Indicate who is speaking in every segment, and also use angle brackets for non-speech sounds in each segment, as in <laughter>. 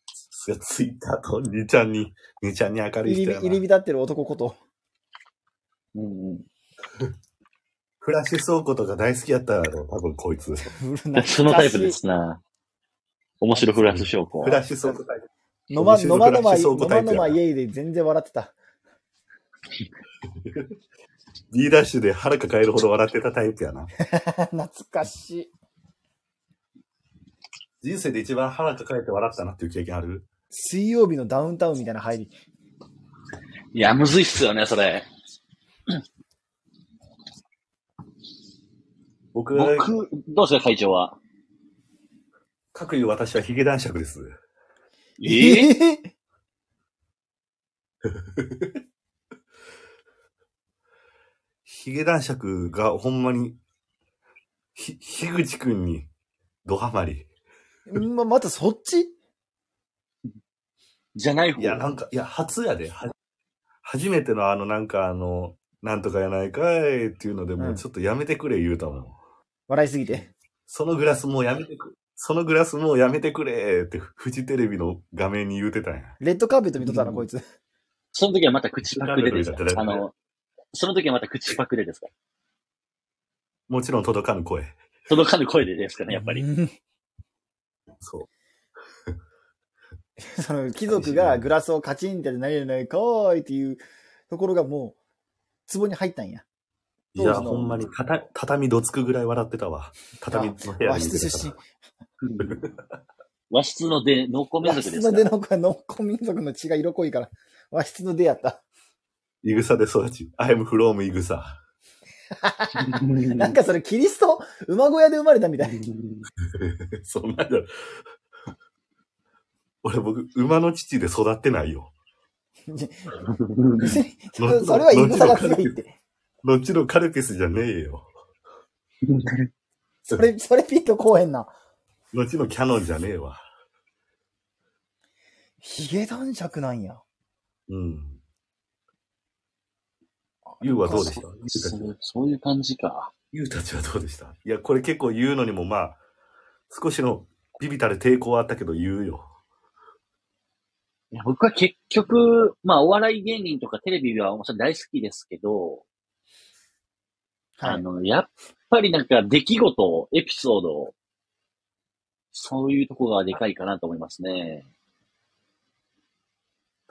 Speaker 1: ですよ、ツイッターと2ちゃんに、2ちゃんに明るい
Speaker 2: 入
Speaker 1: 人
Speaker 2: り
Speaker 1: やな
Speaker 2: 入り浸ってる男
Speaker 3: <laughs>
Speaker 2: こと。
Speaker 3: うんうん。
Speaker 1: フラッシュ倉庫とか大好きやったやろ、多分こいつ。フ
Speaker 3: そのタイプですな。面白フラッシュ証拠。
Speaker 1: ラッシュ倉庫タイプ。
Speaker 2: 飲ま、飲ま
Speaker 1: 面白
Speaker 2: 飲ま、飲
Speaker 1: いフ
Speaker 2: ま
Speaker 1: ラッシュ倉庫タイ
Speaker 2: 飲
Speaker 1: プやな
Speaker 2: まイエイで全然笑ってた。 <laughs>
Speaker 1: B ダッシュで腹抱えるほど笑ってたタイプやな。
Speaker 2: 懐かしい。
Speaker 1: 人生で一番腹抱えて笑ったなっていう経験ある
Speaker 2: 水曜日のダウンタウンみたいな入り。
Speaker 3: いや、むずいっすよね、それ。
Speaker 1: 僕、
Speaker 3: 僕、どうですか、会長は。
Speaker 1: 各言う私はヒゲ男爵です。
Speaker 3: え
Speaker 2: え
Speaker 1: ヒゲ男爵がほんまに、ひ、樋口くんに、ドハマり。
Speaker 2: <laughs> ま、またそっち
Speaker 3: じゃない方
Speaker 1: いや、なんか、いや、初やで。は初めてのあの、なんかあの、なんとかやないかいっていうので、もうちょっとやめてくれ言うたもん。
Speaker 2: 笑いすぎて。
Speaker 1: そのグラスもうやめてく、そのグラスもうやめてくれって、フジテレビの画面に言うてたんや。
Speaker 2: レッドカーペット見とったな、
Speaker 3: うん
Speaker 2: こいつ。
Speaker 3: その時はまた口パクでですか
Speaker 1: 口パクで
Speaker 3: あの、その時はまた口パクでですか
Speaker 1: もちろん届かぬ声。
Speaker 3: 届かぬ声でですかね、やっぱり。
Speaker 2: り。
Speaker 1: そう。
Speaker 2: <laughs> その、貴族がグラスをカチンって何々ないかーいっていうところがもう、壺に入ったんや。
Speaker 1: いや、ほんまに、たた、畳どつくぐらい笑ってたわ。畳の部屋
Speaker 2: 和
Speaker 1: に入
Speaker 2: 室
Speaker 1: れてた
Speaker 2: 出身
Speaker 1: ら。。
Speaker 3: 和室ので、濃厚民
Speaker 2: 和
Speaker 3: 族
Speaker 2: 室
Speaker 3: で
Speaker 2: の
Speaker 3: す
Speaker 2: 出
Speaker 3: から。
Speaker 2: の <laughs> 子は農耕民族の血が色濃いから、和室の出やった。
Speaker 1: いぐさで育ち。I am from いぐさ。 <laughs>
Speaker 2: なんかそれ、キリスト、馬小屋で生まれたみたい。
Speaker 1: そんなんじゃ、俺僕、馬の父で育ってないよ。
Speaker 2: 別にそれそれは言い草が強いって。
Speaker 1: 後のカルピスじゃねえよ。
Speaker 2: それ、それピッとこうへんな。
Speaker 1: 後のキャノンじゃねえわ。
Speaker 2: ヒゲ男爵なんや。
Speaker 1: うん。ユウはどうでした
Speaker 3: そうそういう感じか。
Speaker 1: ユウたちはどうでしたいや、これ結構言うのにもまあ、少しのビビたる抵抗はあったけど言うよ。
Speaker 3: いや僕は結局、まあ、お笑い芸人とかテレビはもちろん大好きですけど、
Speaker 2: は
Speaker 3: あ
Speaker 2: い。
Speaker 3: の、やっぱりなんか出来事、エピソード、そういうとこがでかいかなと思いますね。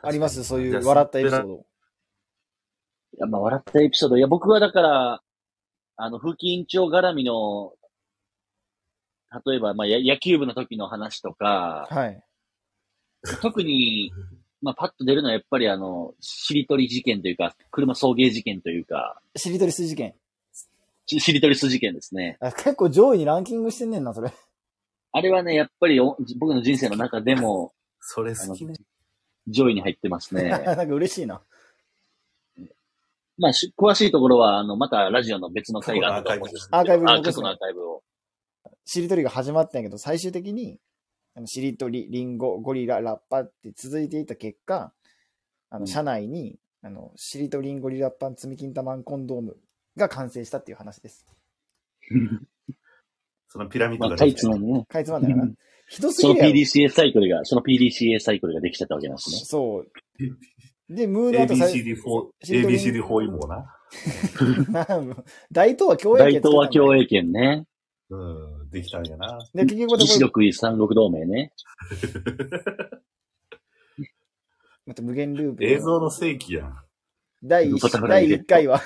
Speaker 2: ありますそういう笑ったエピソー
Speaker 1: ド。
Speaker 2: ド。
Speaker 3: いや、まあ、笑ったエピソード。いや、僕はだから、あの、風紀委員長絡みの、例えば、まあ、や野球部の時の話とか、
Speaker 2: はい。
Speaker 3: 特に、まあ、パッと出るのはやっぱりあの、しりとり事件というか、車送迎事件というか、
Speaker 2: しりとりす事件。
Speaker 3: ししりとりす事件ですね。
Speaker 2: あ結構上位にランキングしてんねんな、それ。
Speaker 3: あれはね、やっぱりお僕の人生の中でも
Speaker 1: それ好きね。
Speaker 3: 上位に入ってますね。
Speaker 2: なんか嬉しいな。
Speaker 3: まあ、し詳しいところは、あの、またラジオの別の回があると思うんですけど
Speaker 2: アーカイブに
Speaker 3: あ
Speaker 2: 残
Speaker 3: 過
Speaker 2: す
Speaker 3: 去のアーカイブを。
Speaker 2: しりとりが始まったんやけど、最終的に、あのしりとり、りんご、ゴリラ、ラッパって続いていた結果、あ
Speaker 3: う
Speaker 2: の、
Speaker 3: ん
Speaker 2: 社内に、あの、しりとりんごリラッパン積み金玉ンコンドームが完成したっていう話です。
Speaker 1: そのピラミッ
Speaker 3: ま
Speaker 1: ドが
Speaker 3: あ、か
Speaker 1: で
Speaker 3: い
Speaker 1: き
Speaker 3: つ
Speaker 1: た、
Speaker 3: まんね。
Speaker 2: かいつまんだよな。ひどす
Speaker 3: そ
Speaker 2: ぎる
Speaker 3: の
Speaker 2: やろ
Speaker 3: PDCA サイクルが、その PDCA サイクルができちゃったわけなんですね。
Speaker 2: そう。で、ムーの後さ
Speaker 1: ABCD4、
Speaker 2: しりとり
Speaker 1: ABCD4 イモな。
Speaker 2: <laughs> 大東は共栄
Speaker 3: 大東は共
Speaker 2: 栄。
Speaker 3: 栄圏ね。
Speaker 1: うん、できたんやな。
Speaker 2: で、結局これ
Speaker 3: 一六位三国同盟ね。
Speaker 2: また無限ループ。
Speaker 1: 映像の世紀やん。
Speaker 2: 第
Speaker 3: バタ
Speaker 2: 1
Speaker 3: フラ
Speaker 2: 第
Speaker 3: イエフェ
Speaker 2: 一
Speaker 3: クト
Speaker 2: 回は、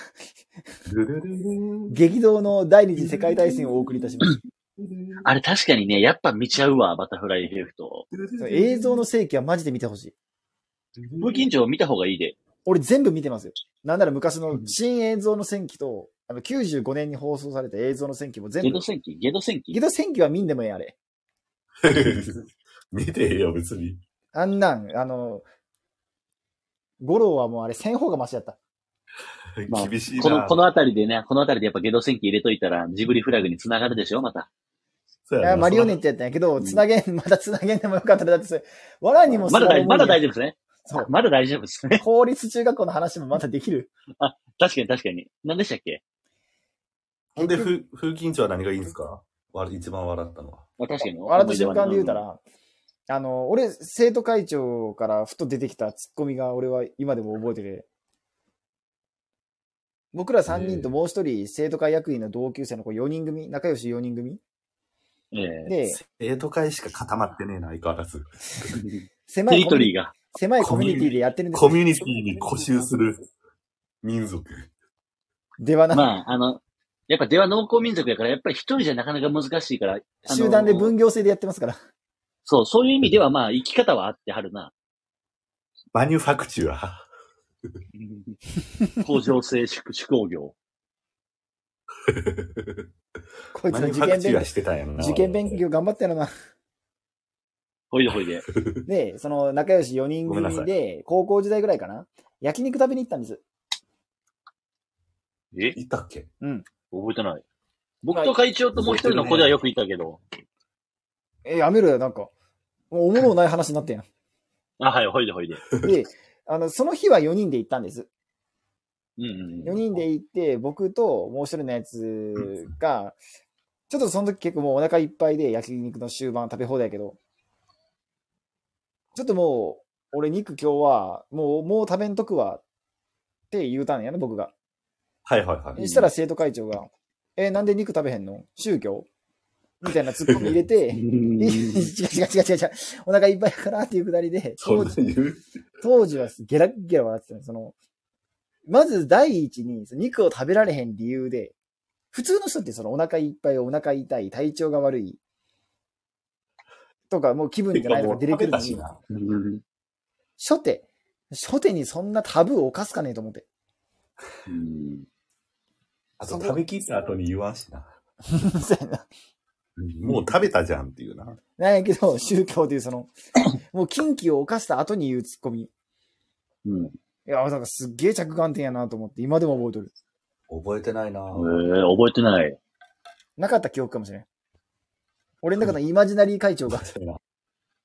Speaker 1: ルルルルーン
Speaker 2: 激動の第二次世界大戦をお送りいたしまし
Speaker 3: あれ確かにね、やっぱ見ちゃうわ、バタフライエフェクト。
Speaker 2: た。映像の世紀はマジで見てほしい。
Speaker 3: 無緊張見た方がいいで。
Speaker 2: 俺全部見てますよ。なんなら昔の新映像の戦記と、あの、95年に放送された映像の戦記も全
Speaker 3: ゲ
Speaker 2: 部
Speaker 3: ド。戦記ゲド戦記
Speaker 2: ゲド戦記は見んでもええ、あれ。
Speaker 1: 見てええよ、別に。
Speaker 2: あんなん、あの、ゴロはもうあれ、戦法がマシだった。
Speaker 3: まあ
Speaker 1: 厳しいな。
Speaker 3: この、このあたりでね、このあたりでやっぱゲド戦記入れといたら、ジブリフラグに繋がるでしょ、また。
Speaker 1: そう
Speaker 2: い
Speaker 1: やな
Speaker 2: やマリオネットやったんやけど、つなげん、またつなげんでもよかったら、だってそれ、わらにもす
Speaker 3: まだ
Speaker 2: がる
Speaker 3: 大、
Speaker 2: も
Speaker 3: ま
Speaker 2: んや
Speaker 3: だ大丈夫ですね。
Speaker 2: そう。
Speaker 3: まだ大丈夫ですね。 <laughs>
Speaker 2: 公立中学校の話もまたできる。
Speaker 3: 確かに確かに。何でしたっけ
Speaker 1: ほんで、ふ風緊張は何がいいんですかわ一番笑ったのは。
Speaker 3: まあ確かに。
Speaker 2: 笑った瞬間で言うたら、あの、俺、生徒会長からふと出てきたツッコミが俺は今でも覚えてて、僕ら3人ともう一人生徒会役員の同級生の子4人組、仲良し4人組
Speaker 3: ええ
Speaker 2: で、
Speaker 1: 生徒会しか固まってねえな、相変わらず。
Speaker 2: 狭
Speaker 3: <laughs> テ
Speaker 2: い
Speaker 3: リ
Speaker 2: コ
Speaker 3: ト
Speaker 2: ミュ
Speaker 3: リ
Speaker 2: ニ
Speaker 3: ーが。
Speaker 2: 狭いコミュニティでやってるんです
Speaker 1: コ
Speaker 2: よ
Speaker 1: ミュニティに固執する民族。
Speaker 2: ではなく、
Speaker 3: まあ、あの、やっぱ出は農耕民族やから、やっぱり一人じゃなかなか難しいから、あの
Speaker 2: 集団で分業制でやってますから。
Speaker 3: そう、そういう意味ではまあ、生き方はあってはるな。 <laughs>
Speaker 1: マニュファクチュア。
Speaker 3: 工場制手手工業。
Speaker 2: こいつ
Speaker 1: マ
Speaker 2: の
Speaker 1: ニュ
Speaker 2: 受
Speaker 1: ファク
Speaker 2: 験
Speaker 1: チュ
Speaker 2: 勉
Speaker 1: アしてたんやろな。
Speaker 2: 受験勉強頑張ってるな。
Speaker 3: ほいでほいで。
Speaker 2: で、その仲良し4人
Speaker 1: ごめんなさ
Speaker 2: 組で、高校時代ぐらいかな焼肉食べに行ったんです。
Speaker 3: え
Speaker 1: いたっけ
Speaker 3: 覚えてない。僕と会長ともう一人の子ではよくいたけど。
Speaker 2: え、やめろよ、なんか。もうおもろない話になってんや
Speaker 3: あ、はい、ほいでほいで。
Speaker 2: ん。で、あの、その日は4人で行ったんです。
Speaker 3: うんうん
Speaker 2: 4
Speaker 3: うん。
Speaker 2: 人で行って、僕ともう一人のやつが、ちょっとその時結構もうお腹いっぱいで焼肉の終盤食べ放題やけど、ちょっともう、俺肉今日は、もう、もう食べんとくわって言うたんやね、僕が。
Speaker 1: はいはいは
Speaker 2: そ
Speaker 1: い。
Speaker 2: したら生徒会長が、え、なんで肉食べへんの宗教みたいなツッコミ入れて、 <laughs> 違う違う違う違う違う、お腹いっぱいやからっていうくだりで、
Speaker 1: そ
Speaker 2: 当
Speaker 1: んな
Speaker 2: 時
Speaker 1: 言う
Speaker 2: 当時はゲラッゲラ笑ってたのその、まず第一に、その肉を食べられへん理由で、普通の人ってそのお腹いっぱい、お腹痛い、体調が悪い、とか、もう気分じゃないとか出てくるのに、
Speaker 3: うん
Speaker 2: 初手、初手にそんなタブーを犯すかねえと思って。 <laughs>
Speaker 3: <laughs> うん
Speaker 1: あと食べきった後に言わんしな。
Speaker 2: そうやな
Speaker 1: もう食べたじゃんっていうな。
Speaker 2: なんやけど、宗教というその、もう禁忌を犯した後に言うツッコミ。い
Speaker 3: うん。
Speaker 2: や、なんかすっげえ着眼点やなと思って、今でも覚えとる。
Speaker 1: 覚えてないな。
Speaker 3: えー、覚えてない。
Speaker 2: なかった記憶かもしれん。俺の中のイマジナリー会長が。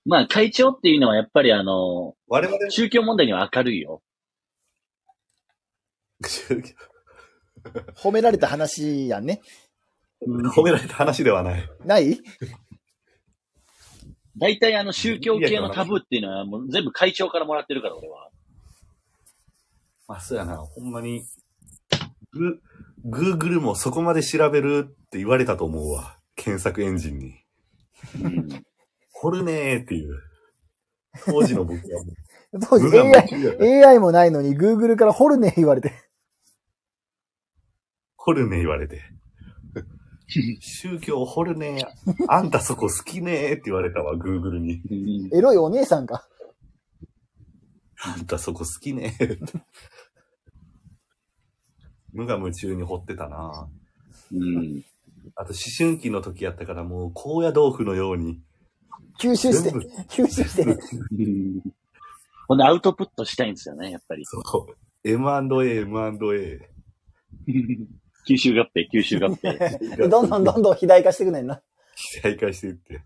Speaker 3: まあ、会長っていうのはやっぱりあの、
Speaker 1: 我々の
Speaker 3: 宗教問題には明るいよ。
Speaker 1: 宗教
Speaker 2: 褒められた話やんね。
Speaker 1: 褒められた話ではない。
Speaker 2: ない
Speaker 3: 大体あの宗教系のタブーっていうのはもう全部会長からもらってるから、俺は。
Speaker 1: まあ、そうやな。ほんまに、グ、グーグルもそこまで調べるって言われたと思うわ。検索エンジンに。
Speaker 3: うん
Speaker 1: 掘るねーっていう。当時の僕はも
Speaker 2: 当
Speaker 1: う、
Speaker 2: 時
Speaker 1: 無我夢
Speaker 2: AI、
Speaker 1: 中やから。
Speaker 2: AI もないのに Google から掘るね言われて。
Speaker 1: 掘るねー言われて。宗教掘るねー。あんたそこ好きねーって言われたわ、グーグルに。
Speaker 3: うん
Speaker 2: エロいお姉さんか。
Speaker 1: あんたそこ好きねーって。無我夢中に掘ってたな
Speaker 3: うん
Speaker 1: あと思春期の時やったからもう高野豆腐のように
Speaker 2: 吸収して
Speaker 1: 全部、
Speaker 2: 吸収して。
Speaker 3: ほんで、アウトプットしたいんですよね、やっぱり。
Speaker 1: そう。M&A、M&A。
Speaker 3: 吸収合併、吸収合併。
Speaker 2: どんどんどんどん肥大化してくねんな。
Speaker 1: 再開していって。